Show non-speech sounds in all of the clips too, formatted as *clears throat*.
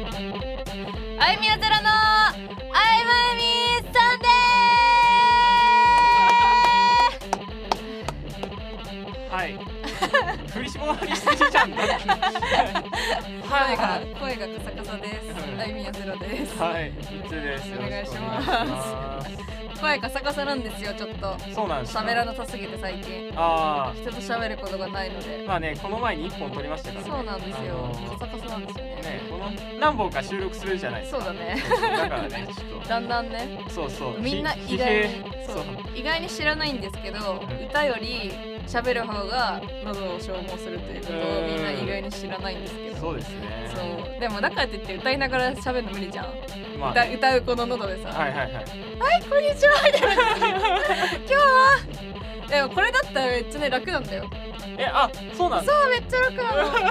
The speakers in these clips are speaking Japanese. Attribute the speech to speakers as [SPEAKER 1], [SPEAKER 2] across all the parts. [SPEAKER 1] あゆみやゼロのあいまゆみサンデ
[SPEAKER 2] *laughs* はい。振り絞りすぎちゃうんだ。
[SPEAKER 1] ー
[SPEAKER 2] は
[SPEAKER 1] 声
[SPEAKER 2] い
[SPEAKER 1] が声がカサカサですあゆみやゼロです
[SPEAKER 2] はい。いつです。
[SPEAKER 1] お願いします
[SPEAKER 2] よろくお願いし
[SPEAKER 1] 声カサカサなんですよちょっと
[SPEAKER 2] ます。そうなんですよ。
[SPEAKER 1] 喋らなさすぎて最近
[SPEAKER 2] あ
[SPEAKER 1] 人と喋ることがないの
[SPEAKER 2] あ。
[SPEAKER 1] で
[SPEAKER 2] まあね、この前に一本取りましたからね。
[SPEAKER 1] そうなんです
[SPEAKER 2] あ
[SPEAKER 1] よ
[SPEAKER 2] の
[SPEAKER 1] カサカサなんですよね
[SPEAKER 2] ね、この何本か収録するじゃないです
[SPEAKER 1] そ
[SPEAKER 2] か。
[SPEAKER 1] うだね
[SPEAKER 2] そうそうだからね、ちょっ
[SPEAKER 1] だんだんね
[SPEAKER 2] と。そうそう。
[SPEAKER 1] みんな
[SPEAKER 2] ひ
[SPEAKER 1] 意外に
[SPEAKER 2] 疲弊
[SPEAKER 1] そ
[SPEAKER 2] そう
[SPEAKER 1] う意外に知らないんですけど歌より喋る方が喉を消耗するということをみんな意外に知らないんですけど
[SPEAKER 2] そうですね。
[SPEAKER 1] そうでもだからといって歌いながら喋るの無理じゃん、
[SPEAKER 2] まあ、
[SPEAKER 1] 歌歌うこの喉でさ「
[SPEAKER 2] はいはいはい。
[SPEAKER 1] こんにちは」みたいな今日はでもこれだったらめっちゃね楽なんだよ
[SPEAKER 2] え、あ、そうなんだ。
[SPEAKER 1] あめっちゃ楽な
[SPEAKER 2] *laughs*
[SPEAKER 1] の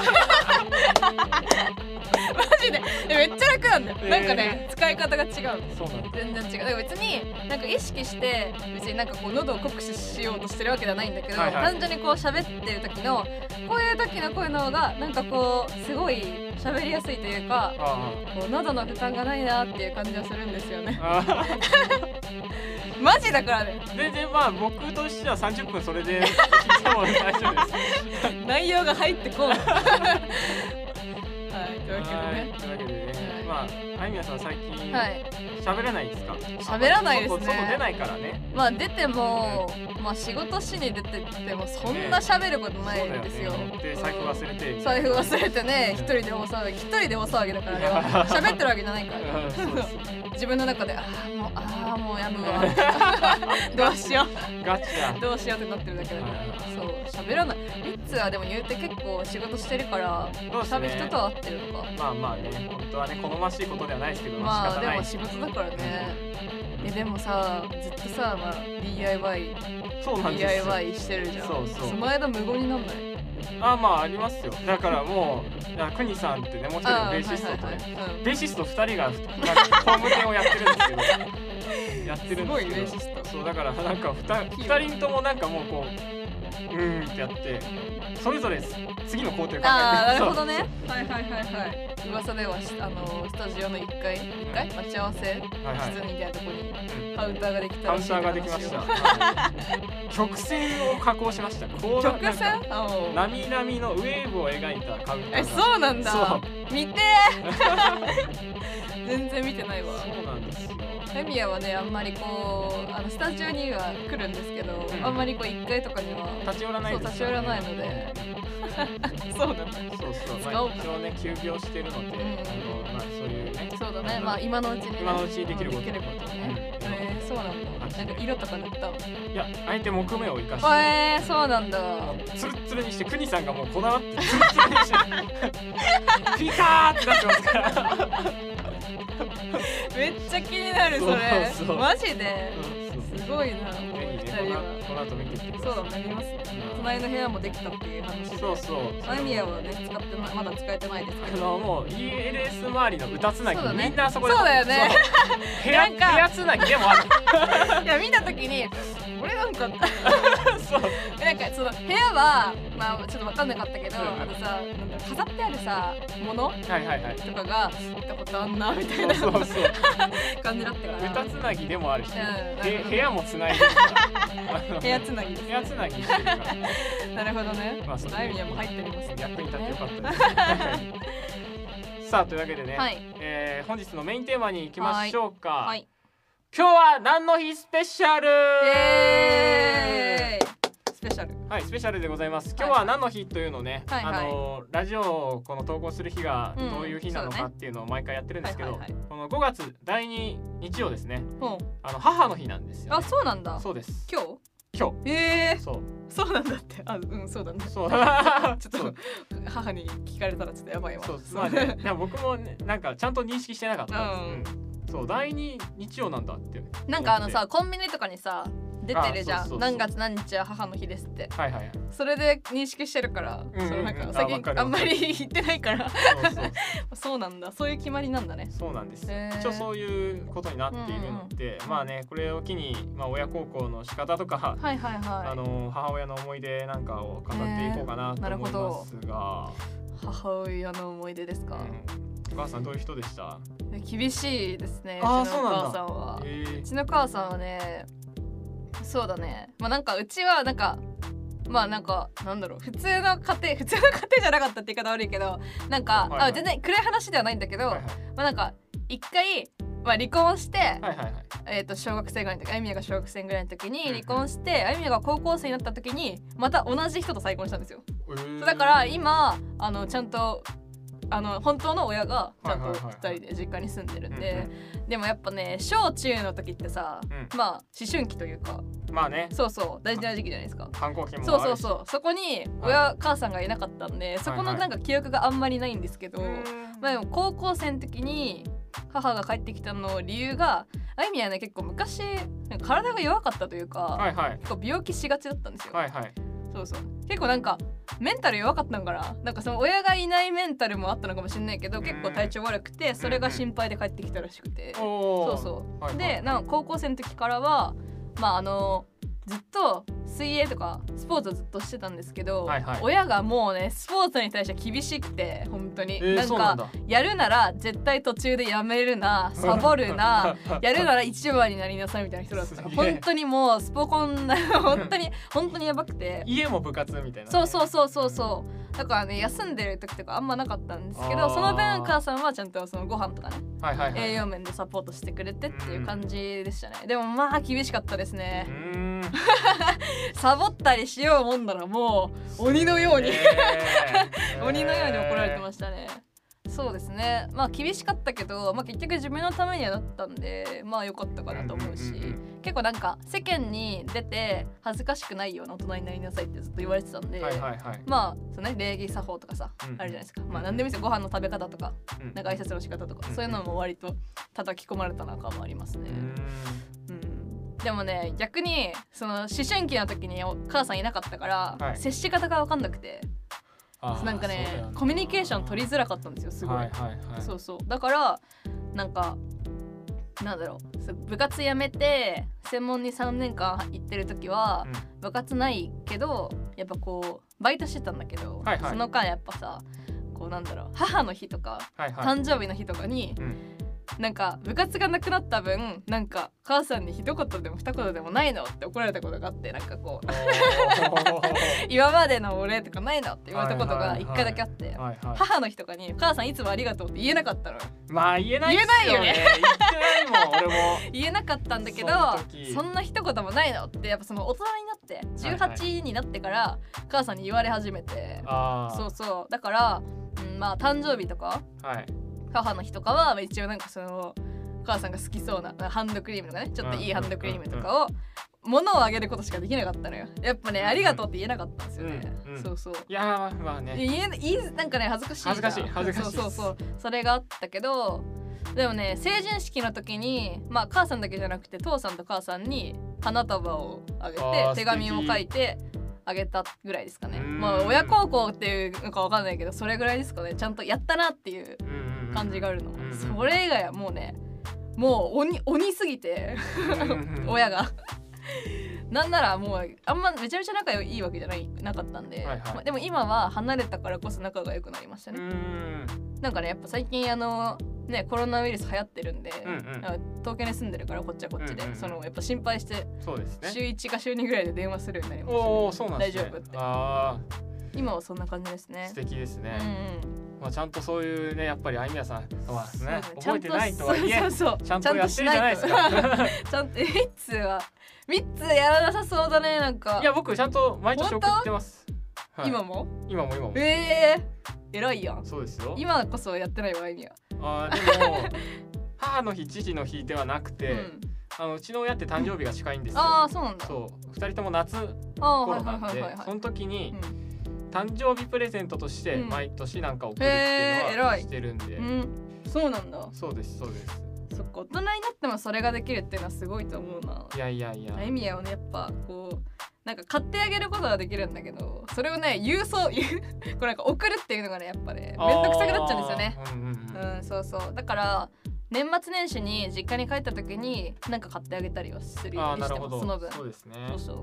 [SPEAKER 1] マジでえめっちゃ楽なんだよ、
[SPEAKER 2] えー
[SPEAKER 1] なんかね使い方が違う
[SPEAKER 2] そうなんだ。
[SPEAKER 1] 全然違うだから別になんか意識して別になんかこう喉を酷使しようとしてるわけじゃないんだけど、
[SPEAKER 2] はいはい
[SPEAKER 1] 単純にこう喋ってる時のこういう時の声の方がなんかこうすごい喋りやすいというか
[SPEAKER 2] あ
[SPEAKER 1] こう喉の負担がないなっていう感じがするんですよね
[SPEAKER 2] あ。あ
[SPEAKER 1] マジだからね
[SPEAKER 2] あ。全然まあ僕としては30分それでいつも大丈夫です。
[SPEAKER 1] 内容が入ってこう
[SPEAKER 2] *laughs*
[SPEAKER 1] はいというわけで
[SPEAKER 2] はい
[SPEAKER 1] ね
[SPEAKER 2] というわけでね、まあ、あいみやさん最近
[SPEAKER 1] はい
[SPEAKER 2] 喋れないですか
[SPEAKER 1] 喋らないですね
[SPEAKER 2] 外外出ないからね。
[SPEAKER 1] まあ出てもまあ仕事しに出てってもそんな喋ることないんですよ
[SPEAKER 2] そうだねで、財布忘れて。
[SPEAKER 1] 財布忘れてね一人で大騒ぎ一人で大騒ぎだからあれは喋ってるわけじゃないから
[SPEAKER 2] うんそうですよ
[SPEAKER 1] *laughs* 自分の中でああもうああもうやむ
[SPEAKER 2] *laughs*
[SPEAKER 1] わどうしよう
[SPEAKER 2] ガチ
[SPEAKER 1] *laughs*
[SPEAKER 2] だ。
[SPEAKER 1] どうしようってなってるだけだからそう喋らないリッツはでも言うて結構仕事してるから
[SPEAKER 2] そうです
[SPEAKER 1] 喋
[SPEAKER 2] ね
[SPEAKER 1] 人とは会ってるのか
[SPEAKER 2] まあまあね、本当はね、好ましいことではないですけど、
[SPEAKER 1] ま
[SPEAKER 2] 仕
[SPEAKER 1] あ
[SPEAKER 2] 方
[SPEAKER 1] で
[SPEAKER 2] ない
[SPEAKER 1] も仕事だからねえでもさずっとさ、まあ、DIY
[SPEAKER 2] そうなんですよ。
[SPEAKER 1] DIY してるじゃん
[SPEAKER 2] そうそう
[SPEAKER 1] の間無言になんない
[SPEAKER 2] あまあありますよ。だからもう、だからくにさんってね、もう一人のベーシストとね、
[SPEAKER 1] い
[SPEAKER 2] ベーシスト2人がホーム店をやってるんですけどやってるん
[SPEAKER 1] すごいベ
[SPEAKER 2] で
[SPEAKER 1] ー
[SPEAKER 2] す
[SPEAKER 1] シス
[SPEAKER 2] けど
[SPEAKER 1] ト
[SPEAKER 2] そうだからなんか 2, 人ともなんかもうこううーんってやってそれぞれ次の工程を考えて
[SPEAKER 1] ああなるほど
[SPEAKER 2] そ
[SPEAKER 1] ね
[SPEAKER 2] う
[SPEAKER 1] はいはいはいはい噂ではしあのスタジオの1階1階待ち合わせ室
[SPEAKER 2] はいはい
[SPEAKER 1] みたいなとこに
[SPEAKER 2] うん
[SPEAKER 1] カウンターができた
[SPEAKER 2] カウ
[SPEAKER 1] ら
[SPEAKER 2] ン
[SPEAKER 1] しい
[SPEAKER 2] ターができました
[SPEAKER 1] 話
[SPEAKER 2] はい曲線を加工しましたこう
[SPEAKER 1] を曲
[SPEAKER 2] なんか
[SPEAKER 1] 線あおう
[SPEAKER 2] 波々のウェーブを描いたカウンターが
[SPEAKER 1] えそうなん
[SPEAKER 2] そ
[SPEAKER 1] だ
[SPEAKER 2] う
[SPEAKER 1] 見て
[SPEAKER 2] *laughs*
[SPEAKER 1] ー全然見てないわ
[SPEAKER 2] そうなんですよ
[SPEAKER 1] エミヤはねあんまりこうあのスタジオには来るんですけど、
[SPEAKER 2] うん
[SPEAKER 1] あんまりこう1階とかには
[SPEAKER 2] 立ち寄らないです
[SPEAKER 1] そう立ち寄らないのでそうなんだ
[SPEAKER 2] そうそうま
[SPEAKER 1] 使おう
[SPEAKER 2] あ一応ね休業してるので、
[SPEAKER 1] ん
[SPEAKER 2] あのまあそういうね
[SPEAKER 1] そうだねまあ今のうちに、ね、
[SPEAKER 2] 今のうちにできること
[SPEAKER 1] できることね、
[SPEAKER 2] うん
[SPEAKER 1] えー、そうなんだなんか色とか塗ったの
[SPEAKER 2] いや、相手木目を生かして、
[SPEAKER 1] えー、そうなんだ
[SPEAKER 2] つるつるにして、くにさんがもうこだわって、つるつるに *laughs* して、ピカーってなってますから。
[SPEAKER 1] めっちゃ気になるそれ
[SPEAKER 2] そうそう
[SPEAKER 1] マジで
[SPEAKER 2] ぜ
[SPEAKER 1] すごいな
[SPEAKER 2] ひ
[SPEAKER 1] この二
[SPEAKER 2] ね、
[SPEAKER 1] 人は
[SPEAKER 2] この後見てみてく
[SPEAKER 1] そ
[SPEAKER 2] だ
[SPEAKER 1] う
[SPEAKER 2] さ
[SPEAKER 1] だ
[SPEAKER 2] い。
[SPEAKER 1] ね見ますね隣の部屋もできたっていう話で
[SPEAKER 2] そうそう。
[SPEAKER 1] マミヤはね使ってないまだ使えてないです
[SPEAKER 2] あ
[SPEAKER 1] け
[SPEAKER 2] *laughs*
[SPEAKER 1] ど
[SPEAKER 2] のもう ELS 周りの歌つなぎ、
[SPEAKER 1] そうだね
[SPEAKER 2] みんなあそこで
[SPEAKER 1] そうだよね
[SPEAKER 2] そう部屋
[SPEAKER 1] なん
[SPEAKER 2] 部
[SPEAKER 1] か
[SPEAKER 2] 屋つなぎで *laughs* もある
[SPEAKER 1] いや見た時に俺なんかなんか
[SPEAKER 2] そう
[SPEAKER 1] その部屋はまあちょっと分かんなかったけど
[SPEAKER 2] うん
[SPEAKER 1] あのさなんだろう飾ってあるさもの
[SPEAKER 2] はいはいはい
[SPEAKER 1] とかが見たことあんなみたい
[SPEAKER 2] そう
[SPEAKER 1] な
[SPEAKER 2] そうそう
[SPEAKER 1] 感じだったから
[SPEAKER 2] 歌つなぎでもあるし、
[SPEAKER 1] うん
[SPEAKER 2] へ部屋もつないでるからあの
[SPEAKER 1] 部屋つなぎです
[SPEAKER 2] *laughs* 部屋つなぎしてるから
[SPEAKER 1] なるほど *laughs* ね
[SPEAKER 2] まあそう
[SPEAKER 1] マミヤも入ってみますね
[SPEAKER 2] 役に立ってよかった
[SPEAKER 1] *laughs*
[SPEAKER 2] です。さあというわけでね、
[SPEAKER 1] はい
[SPEAKER 2] えー本日のメインテーマに行きましょうか。
[SPEAKER 1] はい
[SPEAKER 2] 今日は何の日スペシャル。
[SPEAKER 1] イエーイスペシャル
[SPEAKER 2] はいスペシャルでございます。今日は何の日というのをね、
[SPEAKER 1] はいはい
[SPEAKER 2] あのーラジオをこの投稿する日が
[SPEAKER 1] うん
[SPEAKER 2] どういう日なの
[SPEAKER 1] そうだ
[SPEAKER 2] かっていうのを毎回やってるんですけど、
[SPEAKER 1] はいはいは
[SPEAKER 2] この5月第2日曜ですね。
[SPEAKER 1] うん
[SPEAKER 2] あの母の日なんですよ、
[SPEAKER 1] あ
[SPEAKER 2] ね。
[SPEAKER 1] そうなんだ
[SPEAKER 2] そうです。
[SPEAKER 1] 今
[SPEAKER 2] 今
[SPEAKER 1] 日え
[SPEAKER 2] 日。そう。
[SPEAKER 1] ー、そうなんだってあうんそうだね
[SPEAKER 2] そう
[SPEAKER 1] *laughs*
[SPEAKER 2] *laughs*
[SPEAKER 1] ちょっと母に聞かれたらちょっとやばいわ
[SPEAKER 2] そうまあね、いや僕もねなんかちゃんと認識してなかったんです、そう第二日曜なんだって
[SPEAKER 1] *laughs* なんかあのさコンビニとかにさ出てるじゃん
[SPEAKER 2] あそうそうそう
[SPEAKER 1] 何月何日は母の日ですって
[SPEAKER 2] はいはいはい
[SPEAKER 1] それで認識してるから、
[SPEAKER 2] うんうん
[SPEAKER 1] そのなんか
[SPEAKER 2] あ
[SPEAKER 1] 最
[SPEAKER 2] わか
[SPEAKER 1] 近
[SPEAKER 2] る
[SPEAKER 1] あんまり言ってないから *laughs*
[SPEAKER 2] そうそう
[SPEAKER 1] そうなんだそういう決まりなんだね
[SPEAKER 2] そうなんですよ
[SPEAKER 1] へー
[SPEAKER 2] 一応そういうことになっているので、まあねこれを機に、まあ、親孝行の仕方とか、
[SPEAKER 1] はいはいはい
[SPEAKER 2] あの母親の思い出なんかを語っていこうかなと
[SPEAKER 1] へー
[SPEAKER 2] 思いますが、
[SPEAKER 1] 母親の思い出ですか、
[SPEAKER 2] うんお母さんどういう人でした、
[SPEAKER 1] 厳しいですね
[SPEAKER 2] あー
[SPEAKER 1] うちのお母さんは
[SPEAKER 2] え
[SPEAKER 1] うちの母さんはねそうだねまあなんかうちはなんかまあなんかなんだろう普通の家庭 *laughs* 普通の家庭じゃなかったって言い方悪いけどなんか、
[SPEAKER 2] はいはい
[SPEAKER 1] あ全然暗い話ではないんだけど、
[SPEAKER 2] ー、はい
[SPEAKER 1] まあなんか一回、まあ、離婚して、
[SPEAKER 2] はいはいはいはい
[SPEAKER 1] えー、と小学生ぐらいの時あゆみやが小学生ぐらいの時に
[SPEAKER 2] うんうん
[SPEAKER 1] 離婚してあゆみやが高校生になった時にまた同じ人と再婚したんですよ。
[SPEAKER 2] えー
[SPEAKER 1] だから今あのちゃんとあの本当の親がちゃん
[SPEAKER 2] は
[SPEAKER 1] と
[SPEAKER 2] いはいはい
[SPEAKER 1] 2人で実家に住んでるん
[SPEAKER 2] うん
[SPEAKER 1] ででもやっぱね小中の時ってさ
[SPEAKER 2] うん
[SPEAKER 1] まあ思春期というか
[SPEAKER 2] まあね
[SPEAKER 1] そうそう大事な時期じゃないですか。
[SPEAKER 2] 反抗期もあるし
[SPEAKER 1] そうそうそうそこに親母さんがいなかったんでそこのなんか記憶があんまりないんですけど、
[SPEAKER 2] うん
[SPEAKER 1] まあ、でも高校生の時に母が帰ってきたの理由があゆみはね結構昔なんか体が弱かったというか、
[SPEAKER 2] はいはい
[SPEAKER 1] 結構病気しがちだったんですよ、
[SPEAKER 2] はいはい
[SPEAKER 1] そうそう結構なんかメンタル弱かったのかななんかその親がいないメンタルもあったのかもしれないけど
[SPEAKER 2] うん
[SPEAKER 1] 結構体調悪くてそれが心配で帰ってきたらしくて、
[SPEAKER 2] お
[SPEAKER 1] そ
[SPEAKER 2] ー
[SPEAKER 1] うそう、
[SPEAKER 2] はいはい
[SPEAKER 1] でなんか高校生の時からはまああのずっと水泳とかスポーツをずっとしてたんですけど、
[SPEAKER 2] はいはい
[SPEAKER 1] 親がもうねスポーツに対して厳しくて本当に、
[SPEAKER 2] えー
[SPEAKER 1] なん
[SPEAKER 2] そう
[SPEAKER 1] か
[SPEAKER 2] なんだ
[SPEAKER 1] やるなら絶対途中でやめる
[SPEAKER 2] *laughs*
[SPEAKER 1] なサボるなやるなら一番になりなさいみたいな人だった
[SPEAKER 2] すげえ
[SPEAKER 1] 本当にもうスポコンな本当に本当にやばくて
[SPEAKER 2] *laughs* 家も部活みたいなね、
[SPEAKER 1] そうそうそうそうそうだからね休んでる時とかあんまなかったんですけ
[SPEAKER 2] あ
[SPEAKER 1] ど
[SPEAKER 2] ー
[SPEAKER 1] その分母さんはちゃんとそのご飯とかね
[SPEAKER 2] はいはいはい
[SPEAKER 1] 栄養面でサポートしてくれてっていう感じでしたねでもまあ厳しかったです
[SPEAKER 2] う
[SPEAKER 1] ね
[SPEAKER 2] ーん
[SPEAKER 1] サボったりしようもんならもう鬼のように
[SPEAKER 2] ねえ
[SPEAKER 1] 鬼のように怒られてましたね。そうですねまあ厳しかったけど、まあ、結局自分のためにはなったんでまあ良かったかなと思うし、
[SPEAKER 2] んんん
[SPEAKER 1] 結構なんか世間に出て恥ずかしくないような大人になりなさいってずっと言われてたんで、
[SPEAKER 2] うんはいはいはい
[SPEAKER 1] まあその、ね、礼儀作法とかさ、
[SPEAKER 2] うん
[SPEAKER 1] あるじゃないですか、まあ、何でもいいですよご飯の食べ方とか
[SPEAKER 2] うん
[SPEAKER 1] なんか挨拶の仕方とか、そういうのも割と叩き込まれた中もありますね。うんでもね逆にその思春期の時にお母さんいなかったから、
[SPEAKER 2] はい
[SPEAKER 1] 接し方が分かんなくてなんかねコミュニケーション取りづらかったんですよす
[SPEAKER 2] す
[SPEAKER 1] ごい、
[SPEAKER 2] はいはいはい
[SPEAKER 1] そうそうだからなんかなんだろうそう部活やめて専門に3年間行ってる時は
[SPEAKER 2] うん
[SPEAKER 1] 部活ないけどやっぱこうバイトしてたんだけど、
[SPEAKER 2] はいはい
[SPEAKER 1] その間やっぱさこうなんだろう母の日とか
[SPEAKER 2] はいはい
[SPEAKER 1] 誕生日の日とかに、
[SPEAKER 2] うん
[SPEAKER 1] *laughs* なんか部活がなくなった分なんか母さんに一言でも二言でもないのって怒られたことがあってなんかこう
[SPEAKER 2] おー
[SPEAKER 1] *laughs* 今までの俺とかないのって言われたことが一回だけあって、
[SPEAKER 2] はいはい
[SPEAKER 1] 母の日とかに「母さんいつもありがとう」って言えなかったの
[SPEAKER 2] まあ言えないっすよ
[SPEAKER 1] 言
[SPEAKER 2] ね
[SPEAKER 1] え
[SPEAKER 2] 言ってないもん俺も
[SPEAKER 1] 言えなかったんだけど
[SPEAKER 2] その時
[SPEAKER 1] そんな一言もないのってやっぱその大人にな
[SPEAKER 2] は
[SPEAKER 1] っ
[SPEAKER 2] い
[SPEAKER 1] て18になってから母さんに言われ始めて、
[SPEAKER 2] ああ
[SPEAKER 1] そうそうだから、うん、まあ誕生日とか
[SPEAKER 2] はい
[SPEAKER 1] 母の日とかはまあ一応なんかそのお母さんが好きそうなハンドクリームとかねちょっといいハンドクリームとかを物をあげることしかできなかったのよやっぱね
[SPEAKER 2] うん
[SPEAKER 1] ありがとうって言えなかったんですよね、
[SPEAKER 2] うんうん
[SPEAKER 1] そうそう
[SPEAKER 2] いやーまあね
[SPEAKER 1] 言え言いなんかね恥ずかしいじゃん
[SPEAKER 2] 恥ずかしい恥ずかしいっす
[SPEAKER 1] そうそうそうそれがあったけどでもね成人式の時にまあ母さんだけじゃなくて父さんと母さんに花束をあげて
[SPEAKER 2] あー素
[SPEAKER 1] 手
[SPEAKER 2] 敵
[SPEAKER 1] 紙を書いてあげたぐらいですかね
[SPEAKER 2] うん
[SPEAKER 1] まあ親孝行っていうのかわかんないけどそれぐらいですかねちゃんとやったなっていう
[SPEAKER 2] うんうんうん
[SPEAKER 1] 感じがあるの、
[SPEAKER 2] ん
[SPEAKER 1] それ以外はもうねもう鬼鬼すぎて
[SPEAKER 2] うんうんう
[SPEAKER 1] *laughs*
[SPEAKER 2] ん
[SPEAKER 1] 親がなんならもうあんまめちゃめちゃ仲いいわけじゃないなかったんで、
[SPEAKER 2] はいはい
[SPEAKER 1] まあでも今は離れたからこそ仲が良くなりました
[SPEAKER 2] う
[SPEAKER 1] ね、
[SPEAKER 2] ん
[SPEAKER 1] なんかねやっぱ最近あのねコロナウイルス流行ってるんで、
[SPEAKER 2] うんうん
[SPEAKER 1] なんか東京に住んでるからこっちはこっちで、
[SPEAKER 2] うんうんうん
[SPEAKER 1] そのやっぱ心配して
[SPEAKER 2] そうです
[SPEAKER 1] 週
[SPEAKER 2] ね
[SPEAKER 1] 1か週2ぐらいで電話するようになりました、
[SPEAKER 2] おおそうなんですね
[SPEAKER 1] 大丈夫って
[SPEAKER 2] あ
[SPEAKER 1] 今はそんな感じです
[SPEAKER 2] あ
[SPEAKER 1] ね
[SPEAKER 2] 素敵です
[SPEAKER 1] う
[SPEAKER 2] ね
[SPEAKER 1] ん
[SPEAKER 2] まあ、ちゃんとそういうねやっぱりあいみやさんは
[SPEAKER 1] うん
[SPEAKER 2] ね
[SPEAKER 1] そうね
[SPEAKER 2] 覚えてないとはい
[SPEAKER 1] そう
[SPEAKER 2] え
[SPEAKER 1] そうそう
[SPEAKER 2] ちゃんとやってるじゃないです
[SPEAKER 1] ちゃんとし *laughs* な
[SPEAKER 2] か。
[SPEAKER 1] ちゃんと3つは3つやらなさそうだねなんか
[SPEAKER 2] *laughs* いや僕ちゃんと毎年送ってます。はい
[SPEAKER 1] 今も
[SPEAKER 2] 今も今も。
[SPEAKER 1] ええ偉いやん
[SPEAKER 2] そうですよ。
[SPEAKER 1] 今こそやってないわ意味は、
[SPEAKER 2] あーでも母の日父の日ではなくて、
[SPEAKER 1] うん、
[SPEAKER 2] あのうちの親って誕生日が近いんですよ。
[SPEAKER 1] ああそうなんだ
[SPEAKER 2] そう二人とも夏
[SPEAKER 1] ああーは
[SPEAKER 2] 頃
[SPEAKER 1] い
[SPEAKER 2] なん
[SPEAKER 1] はいはいは
[SPEAKER 2] で
[SPEAKER 1] い
[SPEAKER 2] そ
[SPEAKER 1] はい
[SPEAKER 2] の時に
[SPEAKER 1] うん
[SPEAKER 2] 誕生日プレゼントとして
[SPEAKER 1] うん
[SPEAKER 2] 毎年なんか送るっていう
[SPEAKER 1] へー
[SPEAKER 2] のは
[SPEAKER 1] 偉い
[SPEAKER 2] してるんで、
[SPEAKER 1] うん、そうなんだ
[SPEAKER 2] そうですそうです
[SPEAKER 1] そっか大人になってもそれができるっていうのはすごいと思うない
[SPEAKER 2] やいやいや
[SPEAKER 1] あゆみやをねやっぱこうなんか買ってあげることはできるんだけどそれをね郵送 *laughs* 郵これなんか送るっていうのがねやっぱねめんどくさくなっちゃうんですよね
[SPEAKER 2] あーうんうんうん
[SPEAKER 1] うんそうそうだから年末年始に実家に帰った時になんか買ってあげたりはするよ
[SPEAKER 2] あ
[SPEAKER 1] う
[SPEAKER 2] ー
[SPEAKER 1] に
[SPEAKER 2] な
[SPEAKER 1] し
[SPEAKER 2] る
[SPEAKER 1] て
[SPEAKER 2] ほ
[SPEAKER 1] ま
[SPEAKER 2] ど
[SPEAKER 1] すその分
[SPEAKER 2] そうですね
[SPEAKER 1] そうそう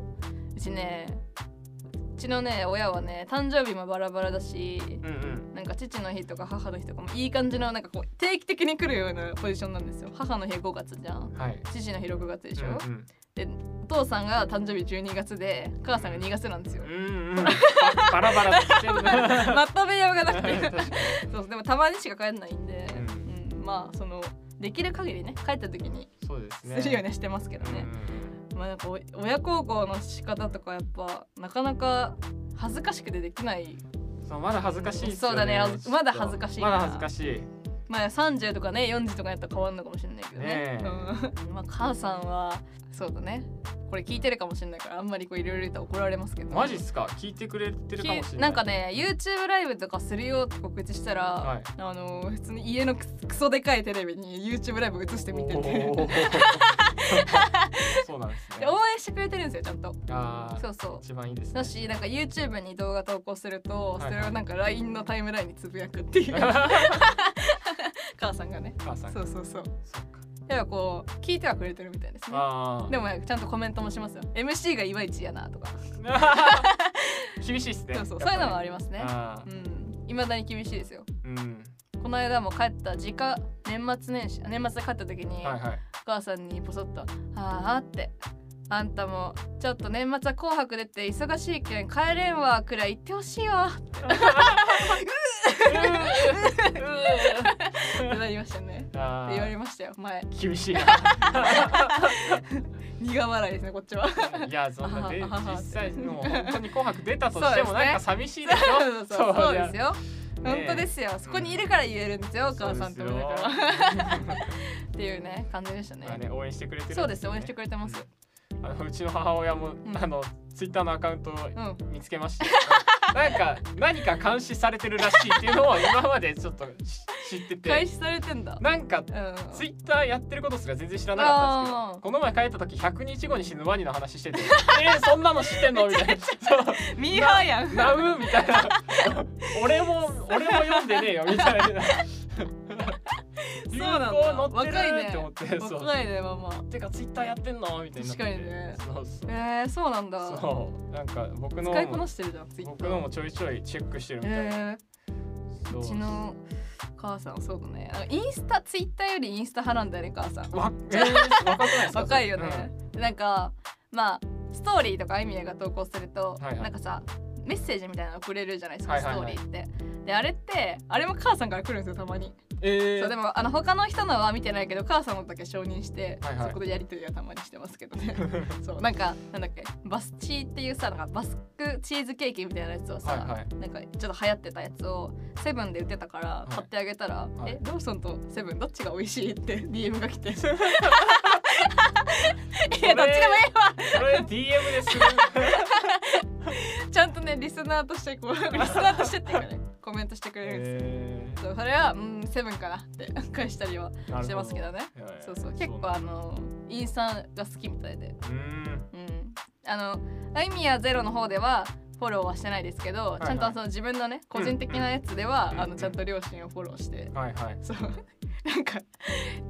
[SPEAKER 1] うちねうちのね親はね誕生日もバラバラだし
[SPEAKER 2] うんうん
[SPEAKER 1] なんか父の日とか母の日とかもいい感じのなんかこう定期的に来るようなポジションなんですよ母の日5月じゃん
[SPEAKER 2] はい
[SPEAKER 1] 父の日6月でしょ、
[SPEAKER 2] うん
[SPEAKER 1] お父さんが誕生日12月で母さんが2月なんですよ
[SPEAKER 2] うんうんうんば *laughs* バラバラしてる *laughs* な
[SPEAKER 1] *laughs* まとめようがなく
[SPEAKER 2] 確
[SPEAKER 1] て
[SPEAKER 2] かに
[SPEAKER 1] *laughs* そうでもたまにしか帰んないんで、
[SPEAKER 2] う
[SPEAKER 1] うんまあそのできる限りね帰った時に
[SPEAKER 2] そうですね
[SPEAKER 1] するようにはしてますけどね、まあなんかお親孝行の仕方とかやっぱなかなか恥ずかしくてできない
[SPEAKER 2] うんそうまだ恥ずかしいっすよね
[SPEAKER 1] そうだねあず
[SPEAKER 2] ちょっと
[SPEAKER 1] まだ恥ずかしいな
[SPEAKER 2] まだ恥ずかしい
[SPEAKER 1] まあ30とかね40とかやったら変わんのかもしれないけどね
[SPEAKER 2] ねえ
[SPEAKER 1] うん *laughs* まあ母さんはそうだねこれ聞いてるかもしれないからあんまりこういろいろ言ったら怒られますけど
[SPEAKER 2] マジっすか聞いてくれてるかもしれない
[SPEAKER 1] んかね YouTube ライブとかするよって告知したら、
[SPEAKER 2] はい
[SPEAKER 1] あのー普通に家のククソでかいテレビに YouTube ライブ映して見てて
[SPEAKER 2] お
[SPEAKER 1] で *laughs*
[SPEAKER 2] ーそうなんですね
[SPEAKER 1] 応援してくれてるんですよちゃんと
[SPEAKER 2] あ
[SPEAKER 1] そ
[SPEAKER 2] あ
[SPEAKER 1] うそう
[SPEAKER 2] 一番いいですね
[SPEAKER 1] だ
[SPEAKER 2] *laughs*
[SPEAKER 1] しなんか YouTube に動画投稿すると
[SPEAKER 2] はい
[SPEAKER 1] それをなんか LINE のタイムラインにつぶやくっていう *laughs* 母さんがね
[SPEAKER 2] 母さん
[SPEAKER 1] そ
[SPEAKER 2] か
[SPEAKER 1] うそうそう
[SPEAKER 2] そっか
[SPEAKER 1] やっぱこう聞いてはくれてるみたいですね
[SPEAKER 2] あ
[SPEAKER 1] でもなんかちゃんとコメントもしますよ MC がいまいちやなとか
[SPEAKER 2] あ *laughs* 厳しいっすね
[SPEAKER 1] そうそうそういうのもあ
[SPEAKER 2] り
[SPEAKER 1] りますね
[SPEAKER 2] あ
[SPEAKER 1] う
[SPEAKER 2] ー
[SPEAKER 1] ん未だに厳しいですよ
[SPEAKER 2] うん
[SPEAKER 1] この間も帰った実家年末年始あ年末で帰った時に、
[SPEAKER 2] はいはい
[SPEAKER 1] お母さんにポソッと「ああ」って「あんたもちょっと年末は紅白出て忙しいけん帰れんわ」くらい言ってほしいよってなりましたね。って
[SPEAKER 2] *laughs* あ
[SPEAKER 1] 言われ
[SPEAKER 2] ー
[SPEAKER 1] ましたよ前
[SPEAKER 2] 厳しいな
[SPEAKER 1] 苦笑いですねこっちは
[SPEAKER 2] いや *laughs* そんなで
[SPEAKER 1] あははは
[SPEAKER 2] 実際もう本当に紅白出たとして
[SPEAKER 1] そ
[SPEAKER 2] も
[SPEAKER 1] うですね
[SPEAKER 2] なんか寂しいでし
[SPEAKER 1] そ
[SPEAKER 2] ょ
[SPEAKER 1] うそうそうです
[SPEAKER 2] よ
[SPEAKER 1] よ
[SPEAKER 2] ね
[SPEAKER 1] 本当ですよそこにいるから言えるんですよお母さんってもだからっていうね感じでしたね
[SPEAKER 2] まあね応援してくれてる
[SPEAKER 1] そうです応援して
[SPEAKER 2] く
[SPEAKER 1] くれてます
[SPEAKER 2] あのうちの母親も
[SPEAKER 1] ん
[SPEAKER 2] あのツイッターのアカウントを
[SPEAKER 1] うん
[SPEAKER 2] 見つけまして *laughs* なんか何か監視されてるらしいっていうのを今までちょっと知知って
[SPEAKER 1] 開
[SPEAKER 2] て
[SPEAKER 1] 始されてんだ
[SPEAKER 2] なんか
[SPEAKER 1] うん
[SPEAKER 2] ツイッターやってることすら全然知らなかったんですけどこの前帰った時100日後に死ぬワニの話してて *laughs* 「えー、そんなの知ってんの?」みたいな「そう
[SPEAKER 1] ミーハーやん *laughs*
[SPEAKER 2] ナウ」みたいな「俺も俺も読んでねえよ」みたいな。
[SPEAKER 1] うなんだ
[SPEAKER 2] 流行乗って
[SPEAKER 1] 若い
[SPEAKER 2] る
[SPEAKER 1] ね
[SPEAKER 2] って思って、そう。
[SPEAKER 1] 若いねまあまあ
[SPEAKER 2] てかツイッターやってんのみたいにな
[SPEAKER 1] 確
[SPEAKER 2] って
[SPEAKER 1] かにね
[SPEAKER 2] そうそう
[SPEAKER 1] えー、そうなんだ
[SPEAKER 2] そうなんか僕の
[SPEAKER 1] 使いこな
[SPEAKER 2] も
[SPEAKER 1] してるじゃん Twitter
[SPEAKER 2] 僕のもちょいちょいチェックしてるみたいな、
[SPEAKER 1] え
[SPEAKER 2] そう
[SPEAKER 1] ー、うちの母さんはそうだねあのインスタツイッターよりインスタ派なんだよね母さん
[SPEAKER 2] わ、えー、若くないですか
[SPEAKER 1] 若いよね、、なんかまあストーリーとかあゆみやが投稿すると、
[SPEAKER 2] はいはい
[SPEAKER 1] なんかさメッセージみたいなの送れるじゃないですか、
[SPEAKER 2] はいはいはい
[SPEAKER 1] ストーリーってであれってあれも母さんから来るんですよたまに、
[SPEAKER 2] そうんえー、 *laughs*
[SPEAKER 1] そうでもあの他の人のは見てないけど母さんのだけ承認して、
[SPEAKER 2] はいはい
[SPEAKER 1] そこでやり取りはたまにしてますけど
[SPEAKER 2] *laughs*
[SPEAKER 1] ねそうなんかなんだっけバスチーっていうさなんかバスクチーズケーキみたいなやつをさ、
[SPEAKER 2] はいはい
[SPEAKER 1] なんかちょっと流行ってたやつをセブンで売ってたから
[SPEAKER 2] い
[SPEAKER 1] 買ってあげたら「
[SPEAKER 2] はい
[SPEAKER 1] えローソンとセブンどっちが美味しい?」って *laughs* DM が来
[SPEAKER 2] *laughs*
[SPEAKER 1] て「いやどっちでもええわ!」
[SPEAKER 2] それ DM でする
[SPEAKER 1] ちゃんとねリスナーとして
[SPEAKER 2] *laughs*
[SPEAKER 1] こうリスナーとしてって *laughs* いうかねコメントしてくれるんですよ。
[SPEAKER 2] え
[SPEAKER 1] そうそれはうんセブンかなって *laughs* 返したりは
[SPEAKER 2] ーなるほど
[SPEAKER 1] してますけどね。
[SPEAKER 2] いやいや
[SPEAKER 1] そうそう結構あのインスタが好きみたいで、
[SPEAKER 2] うーん
[SPEAKER 1] うん、あのあいみやゼロの方ではフォローはしてないですけど、
[SPEAKER 2] いはい
[SPEAKER 1] ちゃんとその自分のね個人的なやつでは、
[SPEAKER 2] うん
[SPEAKER 1] あのちゃんと両親をフォローして
[SPEAKER 2] はいはい
[SPEAKER 1] そう *laughs* なんか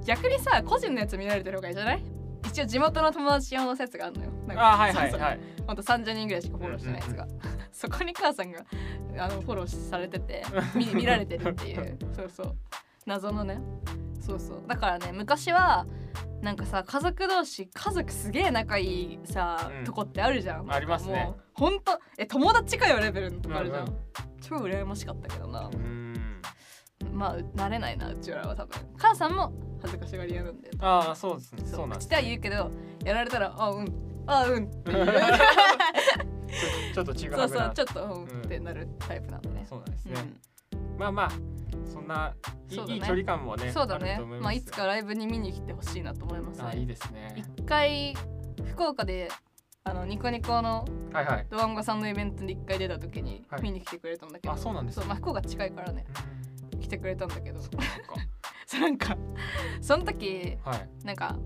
[SPEAKER 1] 逆にさ個人のやつ見られてる方がいいじゃない一応地元の友達用の説があるのよなんか
[SPEAKER 2] あはいはい
[SPEAKER 1] そう
[SPEAKER 2] はい
[SPEAKER 1] そうほんと30人ぐらいしかフォローしてないやつが、 *laughs* そこに母さんがあのフォローされて
[SPEAKER 2] *laughs*
[SPEAKER 1] て見見られてるっていうそうそう謎のねそうそうだからね昔はなんかさ家族同士家族すげえ仲いいさ、
[SPEAKER 2] うん
[SPEAKER 1] とこってあるじゃん
[SPEAKER 2] ありますね
[SPEAKER 1] もうほんとえ友達かよレベルのとこあるじゃん、
[SPEAKER 2] うんうん
[SPEAKER 1] 超羨ましかったけどな
[SPEAKER 2] うーん
[SPEAKER 1] まあ慣れないなうちらは多分母さんも恥ずかしがり屋なんで
[SPEAKER 2] ああそうですねそう
[SPEAKER 1] *laughs*
[SPEAKER 2] なんです
[SPEAKER 1] 口では言うけどやられたらあうんあうんっていう
[SPEAKER 2] ちょっと違う
[SPEAKER 1] そうそう
[SPEAKER 2] な
[SPEAKER 1] ちょっとうん
[SPEAKER 2] うん
[SPEAKER 1] ってなるタイプなんでね
[SPEAKER 2] そうなんです
[SPEAKER 1] う
[SPEAKER 2] ね、
[SPEAKER 1] ん
[SPEAKER 2] まあまあそんな
[SPEAKER 1] そうだ
[SPEAKER 2] い
[SPEAKER 1] ね
[SPEAKER 2] いいい距離感もね
[SPEAKER 1] そうだ
[SPEAKER 2] ある
[SPEAKER 1] ね
[SPEAKER 2] と思い
[SPEAKER 1] ま
[SPEAKER 2] ま
[SPEAKER 1] あ
[SPEAKER 2] すよ
[SPEAKER 1] いつかライブに見に来てほしいなと思います
[SPEAKER 2] あいい
[SPEAKER 1] ね
[SPEAKER 2] ですね
[SPEAKER 1] 一回福岡であのニコニコの
[SPEAKER 2] はいはい
[SPEAKER 1] ドワンゴさんのイベントに一回出た時に
[SPEAKER 2] はい
[SPEAKER 1] 見に来てくれたんだけど、
[SPEAKER 2] あそうなんです
[SPEAKER 1] そうまあ福岡近いからね
[SPEAKER 2] うん
[SPEAKER 1] 来てくれたんだけど
[SPEAKER 2] そっかそっか
[SPEAKER 1] *laughs* そうなんかその時
[SPEAKER 2] はい
[SPEAKER 1] なんか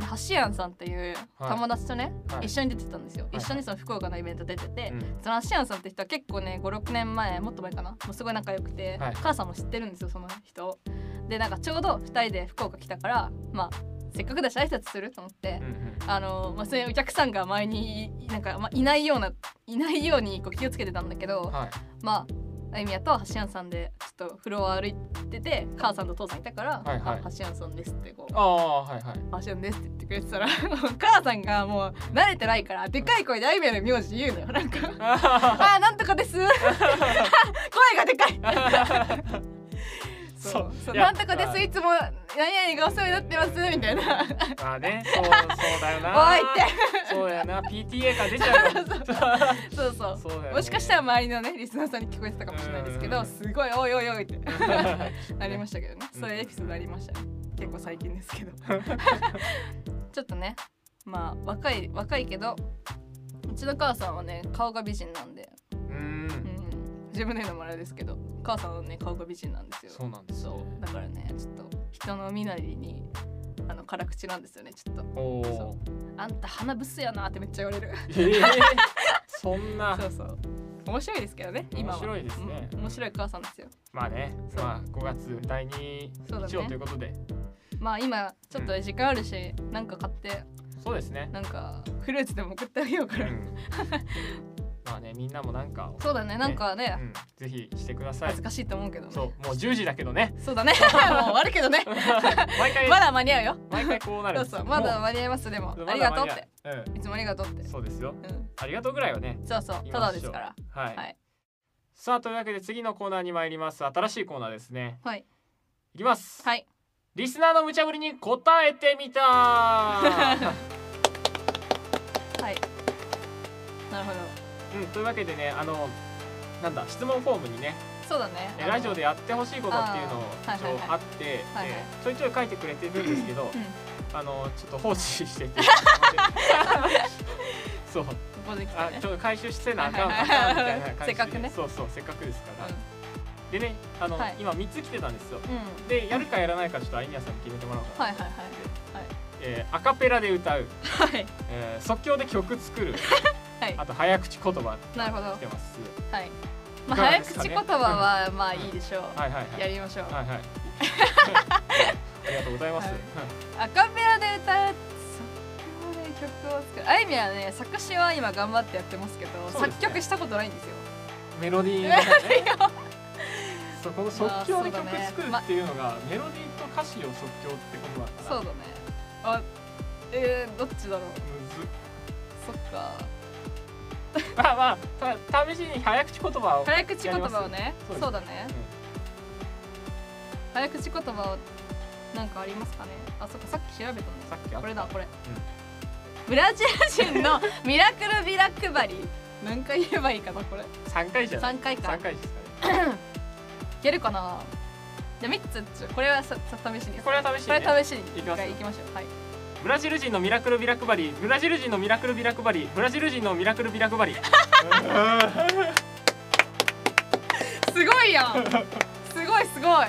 [SPEAKER 1] ハシアンさんっていう
[SPEAKER 2] はい
[SPEAKER 1] 友達とね、
[SPEAKER 2] はい
[SPEAKER 1] 一緒に出てたんですよ、
[SPEAKER 2] はい
[SPEAKER 1] 一緒にその福岡のイベント出てて、
[SPEAKER 2] うん
[SPEAKER 1] そのハシアンさんって人は結構ね56年前もっと前かなもうすごい仲良くて、
[SPEAKER 2] はい
[SPEAKER 1] 母さんも知ってるんですよその人をでなんかちょうど2人で福岡来たからまあせっかくだし挨拶すると思って、
[SPEAKER 2] うんうん
[SPEAKER 1] あのまあ、そういうお客さんが前にいなんか、まあ、いないようないないようにこう気をつけてたんだけど、
[SPEAKER 2] はい
[SPEAKER 1] まああゆみやとはしやんさんでちょっとフロア歩いてて母さんと父さんいたから「
[SPEAKER 2] はいはい
[SPEAKER 1] あはしやんさんです」ってこう
[SPEAKER 2] ああは
[SPEAKER 1] *laughs*
[SPEAKER 2] いはい
[SPEAKER 1] 「はしやんです」って言ってくれてたら *laughs* 母さんがもう慣れてないからでかい声であゆみやの名字言うのよなんか「
[SPEAKER 2] あはは
[SPEAKER 1] あーなんとかです」声がでかいそうそうなんとかですいつも何々がお世話になってますみたいな
[SPEAKER 2] まあね、そうそうだよな。
[SPEAKER 1] おいって
[SPEAKER 2] そうだよな、PTA が出ちゃうから。
[SPEAKER 1] *laughs* そうそう
[SPEAKER 2] そうだよね
[SPEAKER 1] もしかしたら周りのねリスナーさんに聞こえてたかもしれないですけ
[SPEAKER 2] う
[SPEAKER 1] ど
[SPEAKER 2] ん
[SPEAKER 1] すごいおいおいおいってなりましたけどね
[SPEAKER 2] うん
[SPEAKER 1] そういうエピソードありましたね結構最近です
[SPEAKER 2] *laughs*
[SPEAKER 1] けどちょっとねまあ若い若いけどうちの母さんはね顔が美人なんで、
[SPEAKER 2] *laughs* う。
[SPEAKER 1] うんん、自分で言うのもあれですけど母さんはね顔が美人なんですよ
[SPEAKER 2] そうなんです、ね。
[SPEAKER 1] そうだからねちょっと人の身なりにあの辛口なんですよねちょっと
[SPEAKER 2] おお
[SPEAKER 1] そ。あんた鼻ブスやなってめっちゃ言われる
[SPEAKER 2] えー、 *laughs* そんな
[SPEAKER 1] そ。うそう面白いですけどね今は
[SPEAKER 2] 面白いですね
[SPEAKER 1] うん面白い母さんですよ
[SPEAKER 2] まあね、
[SPEAKER 1] そう
[SPEAKER 2] まあ5月第2
[SPEAKER 1] そうだ
[SPEAKER 2] 日曜
[SPEAKER 1] ね
[SPEAKER 2] ということで、
[SPEAKER 1] まあ今ちょっと時間あるし、なんか買って
[SPEAKER 2] そうですね。
[SPEAKER 1] なんかフルーツでも送ってあげようか
[SPEAKER 2] う
[SPEAKER 1] ら、 *laughs*
[SPEAKER 2] ん。まあね、みんなもなんかを、
[SPEAKER 1] そうだねなんかね
[SPEAKER 2] うん、ぜひしてください
[SPEAKER 1] 恥ず。かしいと思うけどね
[SPEAKER 2] そう、もう10時だけ
[SPEAKER 1] *laughs*
[SPEAKER 2] どね。
[SPEAKER 1] そう
[SPEAKER 2] *laughs*
[SPEAKER 1] だねもう終わるけどね
[SPEAKER 2] 毎回、
[SPEAKER 1] まだ間に合うよ
[SPEAKER 2] 毎回こうなる
[SPEAKER 1] そう
[SPEAKER 2] んです
[SPEAKER 1] そ
[SPEAKER 2] よ
[SPEAKER 1] うまだ間に合いますでも
[SPEAKER 2] もう
[SPEAKER 1] ありがとうって。
[SPEAKER 2] まだ間に合う
[SPEAKER 1] いつもありがとうって
[SPEAKER 2] うん、そうですよ。
[SPEAKER 1] うん
[SPEAKER 2] ありがとうぐらいはね、
[SPEAKER 1] そうそうただですから
[SPEAKER 2] はい、
[SPEAKER 1] はい
[SPEAKER 2] さあというわけで次のコーナーに参ります新しいコーナーですね
[SPEAKER 1] はい
[SPEAKER 2] いきます、
[SPEAKER 1] はい
[SPEAKER 2] リスナーの無茶ぶりに答えてみ
[SPEAKER 1] *laughs*
[SPEAKER 2] たう
[SPEAKER 1] はいなるほど
[SPEAKER 2] んというわけでねあのなんだ質問フォームにね
[SPEAKER 1] そうだね
[SPEAKER 2] えラジオでやってほしいことっていうのを
[SPEAKER 1] あー
[SPEAKER 2] 一応あって
[SPEAKER 1] はいはいはいは
[SPEAKER 2] え
[SPEAKER 1] い
[SPEAKER 2] ちょいちょい書いてくれてるんですけ
[SPEAKER 1] *laughs*
[SPEAKER 2] ど
[SPEAKER 1] うん
[SPEAKER 2] あのちょっと放置して
[SPEAKER 1] *laughs*
[SPEAKER 2] てそう
[SPEAKER 1] ここで来
[SPEAKER 2] あ
[SPEAKER 1] てね
[SPEAKER 2] ちょっと回収してなあかん
[SPEAKER 1] はい
[SPEAKER 2] あ
[SPEAKER 1] はいは
[SPEAKER 2] かんみたい
[SPEAKER 1] い *laughs* せ
[SPEAKER 2] な感じで
[SPEAKER 1] っかくね
[SPEAKER 2] そうそうせっかくですから、
[SPEAKER 1] う
[SPEAKER 2] でねあの、
[SPEAKER 1] はい
[SPEAKER 2] 今3つ来てたんですよ
[SPEAKER 1] んうん
[SPEAKER 2] でやるかやらないかちょっとアイニアさんに決めてもらおうかな、
[SPEAKER 1] はいはいはい
[SPEAKER 2] えーアカペラで歌う、
[SPEAKER 1] はい
[SPEAKER 2] えー即興で曲作る
[SPEAKER 1] はい
[SPEAKER 2] あと早口言葉
[SPEAKER 1] なるほど
[SPEAKER 2] 来てます
[SPEAKER 1] はいまあ
[SPEAKER 2] いかが
[SPEAKER 1] 早
[SPEAKER 2] ですか
[SPEAKER 1] 口
[SPEAKER 2] ね
[SPEAKER 1] 言葉はまあいいでしょう
[SPEAKER 2] はいはいはい
[SPEAKER 1] やりましょう
[SPEAKER 2] はいはい
[SPEAKER 1] *laughs*
[SPEAKER 2] ありがとうございます、
[SPEAKER 1] は
[SPEAKER 2] はい
[SPEAKER 1] ア
[SPEAKER 2] い、
[SPEAKER 1] カペラで歌う即興で曲を作るあいみはね作詞は今頑張ってやってますけど
[SPEAKER 2] そうですね
[SPEAKER 1] 作曲したことないんですよ
[SPEAKER 2] メロディーがねそこの即興で曲作るっていうのが、メロディーと歌詞を即興ってことだか
[SPEAKER 1] そ
[SPEAKER 2] ら
[SPEAKER 1] うだねあえー、どっちだろう
[SPEAKER 2] むずっ
[SPEAKER 1] そっか
[SPEAKER 2] まあまあた試しに早口言葉を
[SPEAKER 1] 早口言葉をね
[SPEAKER 2] そう
[SPEAKER 1] そう
[SPEAKER 2] で
[SPEAKER 1] だ
[SPEAKER 2] す
[SPEAKER 1] ね、早口言葉をなんかありますかねあそっかさっき調べたんです
[SPEAKER 2] さっきあっ
[SPEAKER 1] これだこれ、ブラジル人のミラクルビラクバリ何回言えばいいかなこれ
[SPEAKER 2] 3回じゃない
[SPEAKER 1] 3回か
[SPEAKER 2] 三回ですかね
[SPEAKER 1] やるかなじゃあ3つちょこれはささ試しに
[SPEAKER 2] これは試し
[SPEAKER 1] こ
[SPEAKER 2] に、ね、
[SPEAKER 1] れ試しに
[SPEAKER 2] い
[SPEAKER 1] 一
[SPEAKER 2] きます
[SPEAKER 1] 回行きましょうはい
[SPEAKER 2] ブラジル人のミラクルビラクバリブラジル人のミラクルビラクバリブラジル人のミラクルビラクバリ
[SPEAKER 1] すごいやんすごいすごい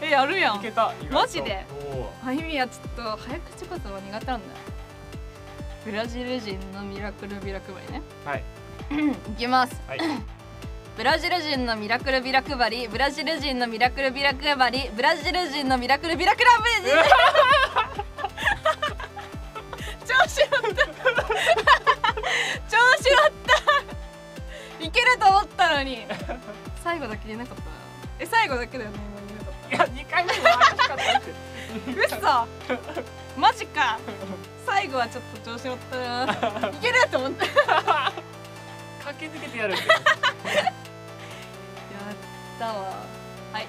[SPEAKER 1] えやるや
[SPEAKER 2] いけ
[SPEAKER 1] ん
[SPEAKER 2] た意外と
[SPEAKER 1] マジで
[SPEAKER 2] おー
[SPEAKER 1] あゆみやちょっと早口言葉苦手なんだブラジル人のミラクルビラ配りね
[SPEAKER 2] はい
[SPEAKER 1] いきます *laughs*
[SPEAKER 2] はい
[SPEAKER 1] ブラジル人のミラクルビラ配りブラジル人のミラクルビラ配りブラジル人のミラクルビラクラ
[SPEAKER 2] *laughs*
[SPEAKER 1] ブ調子乗った調子乗ったいけると思ったのに最後だけ言えなかったなえ最後だけだよね今言えなかった
[SPEAKER 2] いや二回目も怪しかったって
[SPEAKER 1] 嘘マジか最後はちょっと調子乗った
[SPEAKER 2] *laughs*
[SPEAKER 1] ないけると思ったいや
[SPEAKER 2] 駆け抜けてやるって
[SPEAKER 1] ったわはい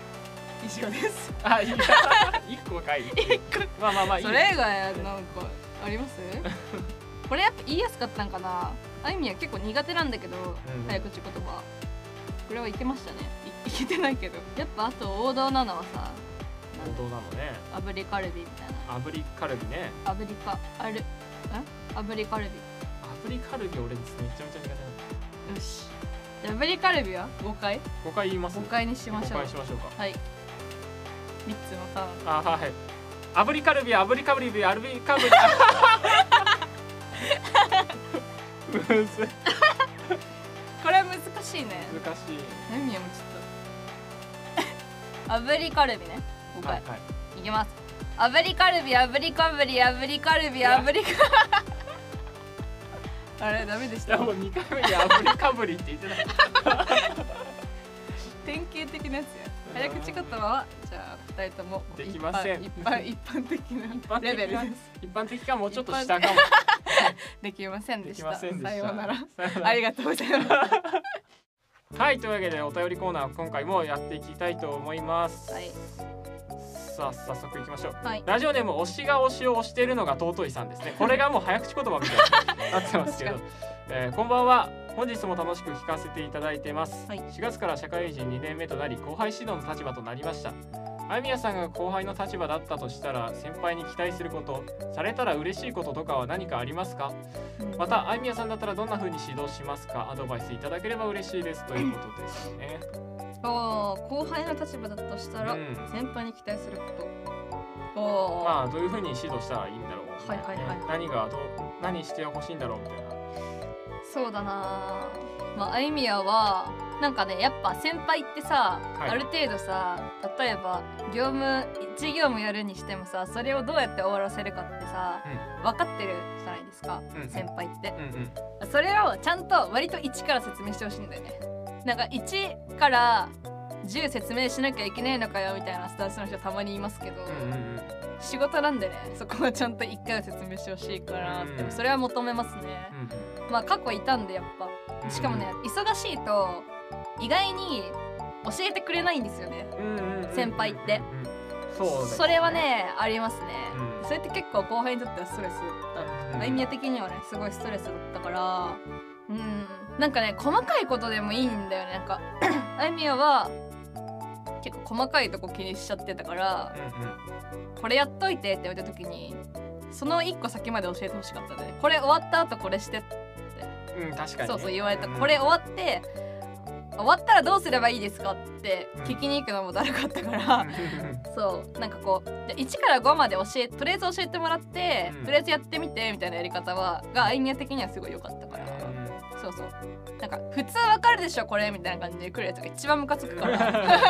[SPEAKER 1] 以上です
[SPEAKER 2] あいや一個かいまあまあまあいい
[SPEAKER 1] それ以外なんかあり
[SPEAKER 2] *laughs*
[SPEAKER 1] ますこれやっぱ言いやすかったんかなあいみは結構苦手なんだけど、
[SPEAKER 2] うん
[SPEAKER 1] 早口言葉これはいけましたねいいけてないけどやっぱあと王道なのはさ
[SPEAKER 2] 本当なのね
[SPEAKER 1] 炙りカルビみたいな
[SPEAKER 2] 炙りカルビね
[SPEAKER 1] 炙りかあるえ炙りカルビ
[SPEAKER 2] 炙りカルビ俺めちゃめちゃ苦手なの
[SPEAKER 1] よし炙りカルビは5回
[SPEAKER 2] 五回言います
[SPEAKER 1] 5回にしましょう
[SPEAKER 2] 五回しましょうか
[SPEAKER 1] はい。三つのさ
[SPEAKER 2] あはい炙りカルビ炙りカルビ炙りカルビむず
[SPEAKER 1] これは難しいね
[SPEAKER 2] 難しい
[SPEAKER 1] えみやもちょっと *laughs* 炙りカルビね5
[SPEAKER 2] は
[SPEAKER 1] 回
[SPEAKER 2] い、はい
[SPEAKER 1] いきます炙りカルビ炙りカルビ炙りカルビ炙りカ *laughs* あれダメでし
[SPEAKER 2] いや
[SPEAKER 1] た
[SPEAKER 2] もう2回目に炙りかぶりって言ってない
[SPEAKER 1] 典型的なやつや早口言葉はじゃあ二人とも
[SPEAKER 2] できません
[SPEAKER 1] 一般一般一
[SPEAKER 2] *laughs*
[SPEAKER 1] 般的なレベルです
[SPEAKER 2] 一般的かもうちょっと下
[SPEAKER 1] *laughs*
[SPEAKER 2] かも
[SPEAKER 1] できませんでした
[SPEAKER 2] できませんでした
[SPEAKER 1] さようなら
[SPEAKER 2] *laughs* さようなら
[SPEAKER 1] ありがとうございますは
[SPEAKER 2] はいというわけでお便りコーナー今回もやっていきたいと思います、
[SPEAKER 1] い
[SPEAKER 2] さあ早速いきましょう
[SPEAKER 1] はい
[SPEAKER 2] ラジオネーム推しが推しを推しているのが尊いさんです
[SPEAKER 1] *laughs*
[SPEAKER 2] ねこれがもう早口言葉みたいになってますけど
[SPEAKER 1] 確、
[SPEAKER 2] えーこんばんは本日も楽しく聞かせていただいてます、
[SPEAKER 1] はい
[SPEAKER 2] 4月から社会人2年目となり後輩指導の立場となりましたあやみやさんが後輩の立場だったとしたら先輩に期待することされたら嬉しいこととかは何かありますかまたあやみやさんだったらどんな風に指導しますかアドバイスいただければ嬉しいですということですね、
[SPEAKER 1] おー後輩の立場だとしたら、
[SPEAKER 2] うん
[SPEAKER 1] 先輩に期待することおー、
[SPEAKER 2] まあどういう風に指導したらいいんだろうみたいな
[SPEAKER 1] はいはいはい
[SPEAKER 2] 何がどう何してほしいんだろうみたいな
[SPEAKER 1] そうだなまああゆみやはなんかねやっぱ先輩ってさ、
[SPEAKER 2] はい
[SPEAKER 1] ある程度さ例えば業務一業務やるにしてもさそれをどうやって終わらせるかってさ、分かってるじゃないですか、
[SPEAKER 2] うん
[SPEAKER 1] 先輩って
[SPEAKER 2] うんうん
[SPEAKER 1] それをちゃんと割と1から説明してほしいんだよねなんか1から10説明しなきゃいけないのかよみたいなスタンスの人たまにいますけど、
[SPEAKER 2] うんうんうん
[SPEAKER 1] 仕事なんでねそこはちゃんと1回は説明してほしいから、
[SPEAKER 2] うん
[SPEAKER 1] でもそれは求めますね、まあ過去いたんでやっぱしかもね、忙しいと意外に教えてくれないんですよね
[SPEAKER 2] うんうんうん
[SPEAKER 1] 先輩って
[SPEAKER 2] うんうんそうです
[SPEAKER 1] それはねありますね、
[SPEAKER 2] うん
[SPEAKER 1] それって結構後輩にとってはストレスだった、
[SPEAKER 2] うん
[SPEAKER 1] あゆみや的にはねすごいストレスだったからうんなんかね細かいことでもいいんだよねなんか *clears throat* あゆみやは結構細かいとこ気にしちゃってたから
[SPEAKER 2] うんうん
[SPEAKER 1] これやっといてって言われた時にその1個先まで教えてほしかったねこれ終わった後これしてって
[SPEAKER 2] うん確かにね
[SPEAKER 1] そうそう言われた、
[SPEAKER 2] ん
[SPEAKER 1] これ終わって終わったらどうすればいいですかって聞きに行くのもだるかったから、そうなんかこうじゃあ1から5まで教えとりあえず教えてもらって、
[SPEAKER 2] うん
[SPEAKER 1] とりあえずやってみてみたいなやり方はがアイニア的にはすごい良かったから、
[SPEAKER 2] う
[SPEAKER 1] そうそうなんか普通わかるでしょこれみたいな感じで来るやつが一番ムカつくから、そう
[SPEAKER 2] んまあね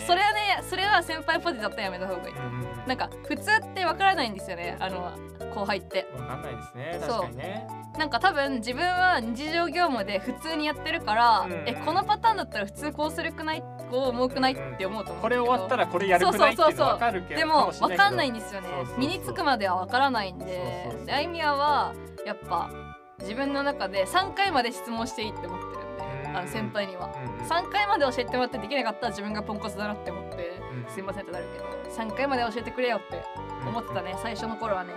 [SPEAKER 1] それはねそれは先輩ポジだったらやめた方がいい、
[SPEAKER 2] うんうんうん
[SPEAKER 1] なんか普通ってわからないんですよねあの後輩って
[SPEAKER 2] わかんないですね
[SPEAKER 1] そう
[SPEAKER 2] 確かにね
[SPEAKER 1] なんか多分自分は日常業務で普通にやってるから、
[SPEAKER 2] うん
[SPEAKER 1] えこのパターンだったら普通こうするくないこう重くないって思うと思うんだけ
[SPEAKER 2] これ
[SPEAKER 1] ど
[SPEAKER 2] 終わったらこれやるくないっていうのわかるけど
[SPEAKER 1] でも
[SPEAKER 2] しれ
[SPEAKER 1] 分かんない
[SPEAKER 2] け
[SPEAKER 1] んですよね
[SPEAKER 2] そうそうそう
[SPEAKER 1] 身につくまでは分からないんで
[SPEAKER 2] そうそうそう
[SPEAKER 1] であいみやはやっぱ自分の中で3回まで質問していいって思ってるんで
[SPEAKER 2] うん
[SPEAKER 1] あの先輩には
[SPEAKER 2] どうんうん
[SPEAKER 1] 3回まで教えてもらってできなかったら自分がポンコツだなって思って
[SPEAKER 2] うん
[SPEAKER 1] すいませんってなるけど3回まで教えてくれよって
[SPEAKER 2] うん
[SPEAKER 1] 思ってたね最初の頃はね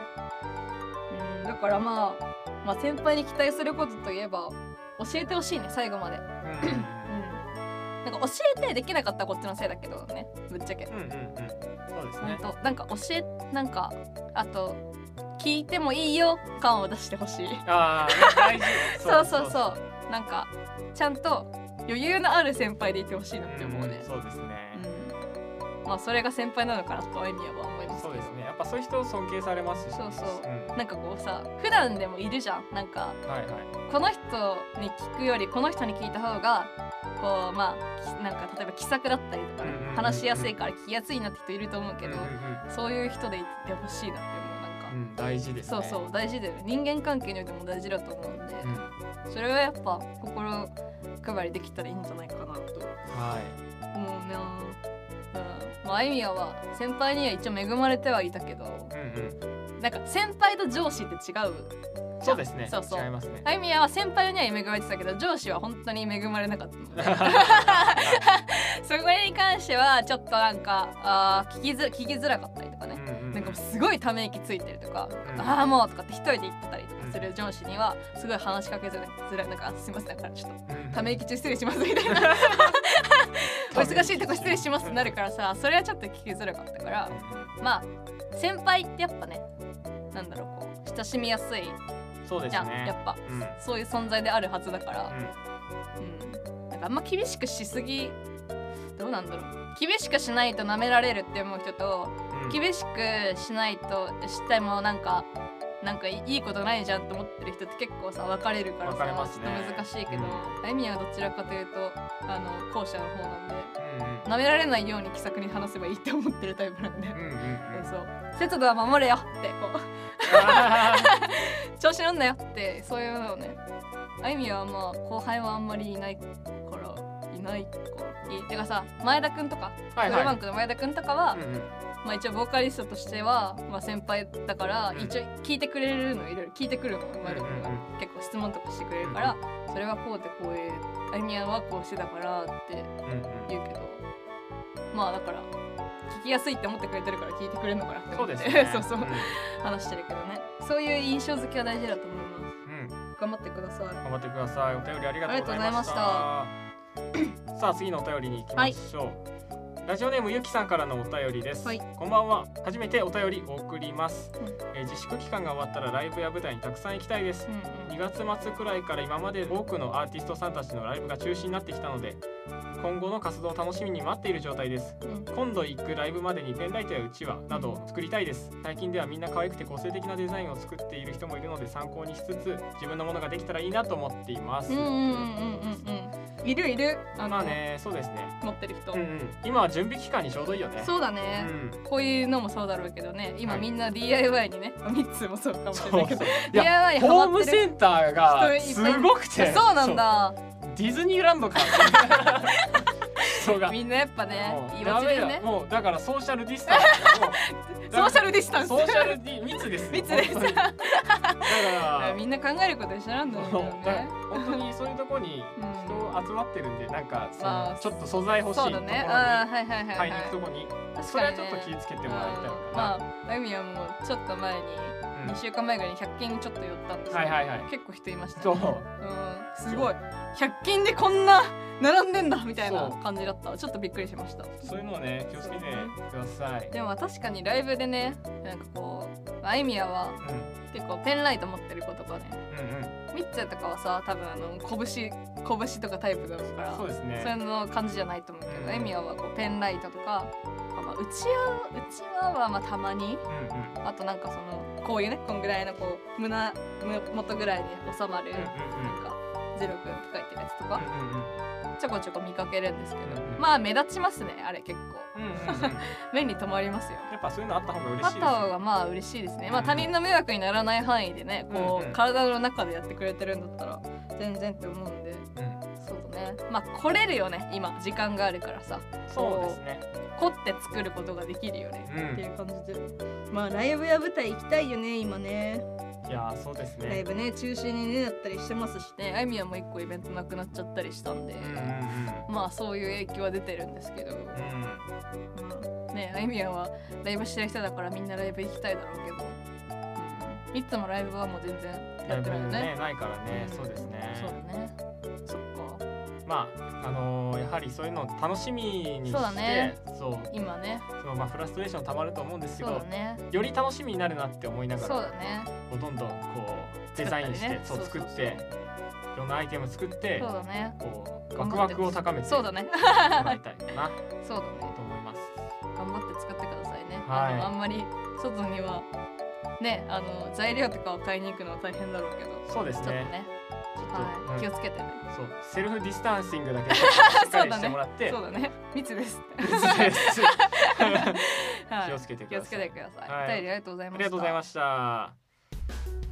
[SPEAKER 1] うんだからまあまあ先輩に期待することといえば教えてほしいね最後までうん
[SPEAKER 2] うん
[SPEAKER 1] なんか教えてできなかったこっちのせいだけどねぶっちゃけ
[SPEAKER 2] うんうんうんうんそうです
[SPEAKER 1] ほん
[SPEAKER 2] ね
[SPEAKER 1] となんか教えなんかあと聞いてもいいよ感を出してほしい
[SPEAKER 2] ああ大事
[SPEAKER 1] そうそうそうなんかちゃんと余裕のある先輩でいてほしいなって
[SPEAKER 2] うん
[SPEAKER 1] 思うね
[SPEAKER 2] そうですね
[SPEAKER 1] うんまあそれが先輩なのかなとあいみやは思いますけ
[SPEAKER 2] そ
[SPEAKER 1] ど
[SPEAKER 2] うですねやっぱそういう人尊敬されますし
[SPEAKER 1] そうそう
[SPEAKER 2] うん
[SPEAKER 1] なんかこうさ普段でもいるじゃんなんか
[SPEAKER 2] はいはい
[SPEAKER 1] この人に聞くよりこの人に聞いた方がこうまあきなんか例えば気さくだったりとかね
[SPEAKER 2] うんうんうん
[SPEAKER 1] 話しやすいから聞きやすいなって人いると思うけど
[SPEAKER 2] うんうんうん
[SPEAKER 1] そういう人でいてほしいなって思うなんか、
[SPEAKER 2] うん、大事です
[SPEAKER 1] そ
[SPEAKER 2] ね。
[SPEAKER 1] うそう大事だよね人間関係においても大事だと思うんで
[SPEAKER 2] うん、
[SPEAKER 1] それはやっぱ心配りできたらいいんじゃないかなと
[SPEAKER 2] はい。
[SPEAKER 1] 思うなうん、まああいみやは先輩には一応恵まれてはいたけど
[SPEAKER 2] うん
[SPEAKER 1] なんか先輩と上司って違う
[SPEAKER 2] うん。そうですね。
[SPEAKER 1] そうそう
[SPEAKER 2] 違いますね。
[SPEAKER 1] あゆみやは先輩には恵まれてたけど上司は本当に恵まれなかったのでそこに関してはちょっとなんかあー聞きづ聞きづらかったりとかね、
[SPEAKER 2] うんうん
[SPEAKER 1] なんかもうすごいため息ついてるとか「
[SPEAKER 2] うん
[SPEAKER 1] ああもう」とかって一人で言ってたりとかする上司にはすごい話しかけづらいづらいなんかすいませんなんかちょっと
[SPEAKER 2] うん
[SPEAKER 1] ため息中失礼しますみたいなお忙しいとこ失礼しますってなるからさそれはちょっと聞きづらかったからまあ先輩ってやっぱねなんだろうこう親しみやすい
[SPEAKER 2] そうです
[SPEAKER 1] じゃん、や
[SPEAKER 2] ね。
[SPEAKER 1] っぱ。
[SPEAKER 2] うんうん
[SPEAKER 1] そういう存在であるはずだから、うんなんかあんま厳しくしすぎどうなんだろう厳しくしないと舐められるって思う人と
[SPEAKER 2] うん
[SPEAKER 1] 厳しくしないとしてもなんかなんかいいことないじゃんと思ってる人って結構さ分かれるからさ
[SPEAKER 2] 分かれますね
[SPEAKER 1] ちょっと難しいけど、
[SPEAKER 2] う
[SPEAKER 1] あゆみはどちらかというとあの後者の方なんで *laughs*
[SPEAKER 2] う
[SPEAKER 1] 舐められないように気さくに話せばいいって思ってるタイプなんで、
[SPEAKER 2] んうんうんうんうん
[SPEAKER 1] そう節度は守れよってこう
[SPEAKER 2] あ
[SPEAKER 1] 調子乗んなよってそういうのをねあゆみはまあ後輩はあんまりいないからいないかいいてかさ前田くんとか
[SPEAKER 2] ーはい
[SPEAKER 1] フルバ
[SPEAKER 2] は
[SPEAKER 1] ンクの前田くんとかは、
[SPEAKER 2] いうんうん
[SPEAKER 1] まあ一応ボーカリストとしては、まあ、先輩だから
[SPEAKER 2] うん
[SPEAKER 1] 一応聞いてくれるのいろいろ聞いてくるの前田君が
[SPEAKER 2] うんう
[SPEAKER 1] 結構質問とかしてくれるからそれはこうでこういうあゆみやんはこうしてたからって
[SPEAKER 2] うんうん
[SPEAKER 1] 言うけどまあだから聞きやすいって思ってくれてるから聞いてくれるのかなって
[SPEAKER 2] そ
[SPEAKER 1] 思
[SPEAKER 2] う
[SPEAKER 1] っ
[SPEAKER 2] で
[SPEAKER 1] て
[SPEAKER 2] すね
[SPEAKER 1] *laughs* そうそう話してるけどねそういう印象付けは大事だと思います
[SPEAKER 2] うんうん
[SPEAKER 1] 頑張ってください
[SPEAKER 2] 頑張ってくださいお便りありがとうございました
[SPEAKER 1] あ
[SPEAKER 2] さあ次のお便りに行きましょう、ラジオネームゆきさんからのお便りです、
[SPEAKER 1] はい
[SPEAKER 2] こんばんは初めてお便りを送ります、
[SPEAKER 1] うん
[SPEAKER 2] えー自粛期間が終わったらライブや舞台にたくさん行きたいです
[SPEAKER 1] うん
[SPEAKER 2] 2月末くらいから今まで多くのアーティストさんたちのライブが中止になってきたので今後の活動を楽しみに待っている状態です
[SPEAKER 1] うんうん
[SPEAKER 2] 今度行くライブまでにペンライトやうちわなどを作りたいです最近ではみんな可愛くて個性的なデザインを作っている人もいるので参考にしつつ自分のものができたらいいなと思っています、
[SPEAKER 1] うんうんうんうんうんいるいるあの、
[SPEAKER 2] まあねそうですね
[SPEAKER 1] 持ってる人、
[SPEAKER 2] うんうん今は準備期間にちょうどいいよね
[SPEAKER 1] そうだ
[SPEAKER 2] う
[SPEAKER 1] ね、
[SPEAKER 2] ん
[SPEAKER 1] こういうのもそうだろうけどね今
[SPEAKER 2] はい
[SPEAKER 1] みんな DIY にね、ミッツーもそうかもし
[SPEAKER 2] そ
[SPEAKER 1] れ
[SPEAKER 2] う
[SPEAKER 1] *laughs* ないけど
[SPEAKER 2] そういや
[SPEAKER 1] DIY ハ
[SPEAKER 2] ホー
[SPEAKER 1] マ
[SPEAKER 2] ム
[SPEAKER 1] ってる
[SPEAKER 2] センターが
[SPEAKER 1] 人いっ
[SPEAKER 2] す
[SPEAKER 1] ぱい
[SPEAKER 2] ごくて
[SPEAKER 1] そうなんだ
[SPEAKER 2] そうディズニーラン
[SPEAKER 1] *laughs*
[SPEAKER 2] ドか人が
[SPEAKER 1] みんなやっぱね
[SPEAKER 2] もう
[SPEAKER 1] いわ
[SPEAKER 2] ダ
[SPEAKER 1] ち
[SPEAKER 2] メ
[SPEAKER 1] で
[SPEAKER 2] だ
[SPEAKER 1] ね
[SPEAKER 2] もうだからソーシャルディスタンスもう
[SPEAKER 1] ソーシャルディスタンス
[SPEAKER 2] ソーシャルディ密ですよ
[SPEAKER 1] 密です
[SPEAKER 2] 本当にだから
[SPEAKER 1] みんな考えること一緒なんだろうけど
[SPEAKER 2] だ
[SPEAKER 1] ね
[SPEAKER 2] 本当にそういうとこに
[SPEAKER 1] うん
[SPEAKER 2] 人集まってるんでなんかその、
[SPEAKER 1] まあ
[SPEAKER 2] ちょっと素材欲しいと
[SPEAKER 1] そ
[SPEAKER 2] こ
[SPEAKER 1] うだ
[SPEAKER 2] ろに
[SPEAKER 1] ねあーはいはいはいは
[SPEAKER 2] 買
[SPEAKER 1] い
[SPEAKER 2] いに行くとこに
[SPEAKER 1] 確
[SPEAKER 2] それ
[SPEAKER 1] か
[SPEAKER 2] は
[SPEAKER 1] に
[SPEAKER 2] ち
[SPEAKER 1] ね
[SPEAKER 2] ょっと気をつけて
[SPEAKER 1] うん
[SPEAKER 2] もらいたいかな、
[SPEAKER 1] まああゆみはもうちょっと前に
[SPEAKER 2] うん
[SPEAKER 1] 2週間前ぐらいに100均ちょっと寄ったんですけど
[SPEAKER 2] はいはいはい
[SPEAKER 1] 結構人いましたね
[SPEAKER 2] そう
[SPEAKER 1] うんすごい100均でこんな並んでんだみたいな
[SPEAKER 2] そう
[SPEAKER 1] 感じだったちょっとびっくりしました
[SPEAKER 2] そういうのをね気をつけてください。
[SPEAKER 1] でも確かにライブでねなんかこうあいみやは
[SPEAKER 2] うん
[SPEAKER 1] 結構ペンライト持ってる子とかね
[SPEAKER 2] うんうん
[SPEAKER 1] みっちゃんとかはさ多分あの拳拳とかタイプだろうから
[SPEAKER 2] そうです
[SPEAKER 1] そうい
[SPEAKER 2] ね。
[SPEAKER 1] うの感じじゃないと思うけ
[SPEAKER 2] うん
[SPEAKER 1] どあいみやはこうペンライトとか、まあ、うちわうちわはまあたまに
[SPEAKER 2] うんうん
[SPEAKER 1] あとなんかそのこういうねこんぐらいのこう胸胸元ぐらいに収まる、
[SPEAKER 2] うん
[SPEAKER 1] なんかゼロくん書いてるやつとか、
[SPEAKER 2] うんうん
[SPEAKER 1] ちょこちょこ見かけるんですけど、
[SPEAKER 2] うんうん
[SPEAKER 1] まあ目立ちますねあれ結構
[SPEAKER 2] うんうんうんうん
[SPEAKER 1] 目に留まりますよ
[SPEAKER 2] やっぱそういうのあった方が嬉しい
[SPEAKER 1] あ
[SPEAKER 2] です
[SPEAKER 1] っ
[SPEAKER 2] ね。
[SPEAKER 1] た方がまあ嬉しいですね。まあ他人の迷惑にならない範囲でね、こ
[SPEAKER 2] うんう
[SPEAKER 1] うん体の中でやってくれてるんだったら全然って思うんで、そうだね。まあ来れるよね。今時間があるからさ、
[SPEAKER 2] うんそうですね。
[SPEAKER 1] 凝って作ることができるよね。
[SPEAKER 2] うん
[SPEAKER 1] っていう感じで、まあライブや舞台行きたいよね今ね。
[SPEAKER 2] いやーそうです
[SPEAKER 1] ライ
[SPEAKER 2] ね。
[SPEAKER 1] ブね中止にねなったりしてますしね。あいみやも一個イベントなくなっちゃったりしたんで、
[SPEAKER 2] うんうん
[SPEAKER 1] まあそういう影響は出てるんですけど。
[SPEAKER 2] うんうん
[SPEAKER 1] うんねあゆみやんはライブしてる人だからみんなライブ行きたいだろうけど、うん、いつもライブはもう全然やってないよね
[SPEAKER 2] ねないからね
[SPEAKER 1] ん
[SPEAKER 2] そうです
[SPEAKER 1] そうだ
[SPEAKER 2] ね。
[SPEAKER 1] ねそっか
[SPEAKER 2] まああのーやはりそういうのを楽しみにして
[SPEAKER 1] そうだね
[SPEAKER 2] そう
[SPEAKER 1] 今ね
[SPEAKER 2] そのまあフラストレーションたまると思うんですけ
[SPEAKER 1] そう
[SPEAKER 2] ど
[SPEAKER 1] だね
[SPEAKER 2] より楽しみになるなって思いなが
[SPEAKER 1] そう
[SPEAKER 2] ら
[SPEAKER 1] だね
[SPEAKER 2] こうどんどんこうデザインしてそ
[SPEAKER 1] 作
[SPEAKER 2] う
[SPEAKER 1] ったりね
[SPEAKER 2] 作っていろんなアイテム作って
[SPEAKER 1] そうだね
[SPEAKER 2] こうワクワクを高めて
[SPEAKER 1] そうだね *laughs*
[SPEAKER 2] もらいたいかな
[SPEAKER 1] そうだね
[SPEAKER 2] と思います。
[SPEAKER 1] 頑張って作ってくださいね、
[SPEAKER 2] はい
[SPEAKER 1] あのあんまり外にはねあの材料とかを買いに行くのは大変だろうけど
[SPEAKER 2] そうです
[SPEAKER 1] ちょっと
[SPEAKER 2] ね。
[SPEAKER 1] ね
[SPEAKER 2] ちょっと
[SPEAKER 1] は
[SPEAKER 2] う
[SPEAKER 1] い
[SPEAKER 2] ん
[SPEAKER 1] 気をつけてね
[SPEAKER 2] そうセルフディスタンシングだけしっかりしてもらって、
[SPEAKER 1] そうだ
[SPEAKER 2] *laughs*
[SPEAKER 1] ね密です
[SPEAKER 2] です
[SPEAKER 1] はい
[SPEAKER 2] 気をつけてく
[SPEAKER 1] 気を
[SPEAKER 2] だ
[SPEAKER 1] つ
[SPEAKER 2] さ
[SPEAKER 1] け
[SPEAKER 2] い。
[SPEAKER 1] てください。
[SPEAKER 2] はい
[SPEAKER 1] お便りありがとうござい
[SPEAKER 2] あ
[SPEAKER 1] ました。
[SPEAKER 2] りがとうございました。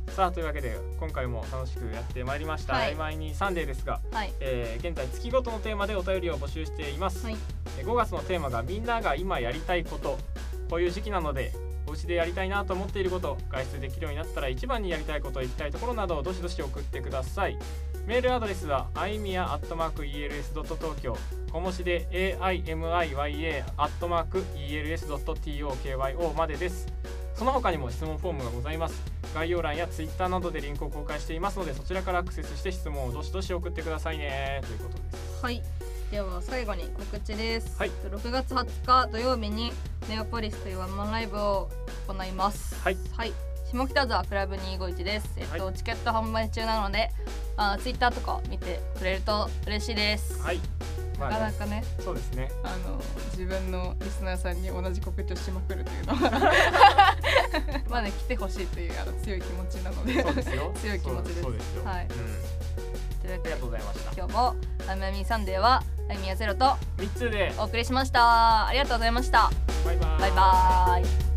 [SPEAKER 2] さあというわけで今回も楽しくやってまいりました。
[SPEAKER 1] はい
[SPEAKER 2] 曖昧にサンデーですが、
[SPEAKER 1] す。はい。
[SPEAKER 2] えー現在月ごとのテーマでお便りを募集しています。
[SPEAKER 1] はい
[SPEAKER 2] えー5月のテーマがみんなが今やりたいことこういう時期なのでお家でやりたいなと思っていること外出できるようになったら一番にやりたいこと行きたいところなどをどしどし送ってくださいメールアドレスは i m i a e l s t o k y o 小文字で aimiya els.tokyo までですその他にも質問フォームがございます概要欄やツイッターなどでリンクを公開していますのでそちらからアクセスして質問をどしどし送ってくださいねということです
[SPEAKER 1] はい。では最後に告知です。
[SPEAKER 2] はい
[SPEAKER 1] 6月20日土曜日にネオポリスというワンマンライブを行います。
[SPEAKER 2] はい。
[SPEAKER 1] 下北沢クラブ251です。えっと、
[SPEAKER 2] は
[SPEAKER 1] チケット販売中なので、あツイッター Twitter とか見てくれると嬉しいです。
[SPEAKER 2] はいま
[SPEAKER 1] なか
[SPEAKER 2] あ
[SPEAKER 1] な
[SPEAKER 2] ね、
[SPEAKER 1] かね
[SPEAKER 2] そうです
[SPEAKER 1] *laughs*
[SPEAKER 2] ね。
[SPEAKER 1] あの自分のリスナーさんに同じ告知をしまくるというのは *laughs*
[SPEAKER 2] *laughs*
[SPEAKER 1] まあね来てほしいというあの強い気持ちなので。
[SPEAKER 2] そうですよ
[SPEAKER 1] *laughs* 強い気持ちです
[SPEAKER 2] そうそうですよ。
[SPEAKER 1] はい
[SPEAKER 2] うん。
[SPEAKER 1] というわけ
[SPEAKER 2] あり
[SPEAKER 1] で
[SPEAKER 2] がとうございました。
[SPEAKER 1] 今日も「あゆみやみサンデー」はあゆみやゼロと
[SPEAKER 2] 三つで。
[SPEAKER 1] お送りしましたありがとうございました
[SPEAKER 2] バイバイ。
[SPEAKER 1] バイバーイ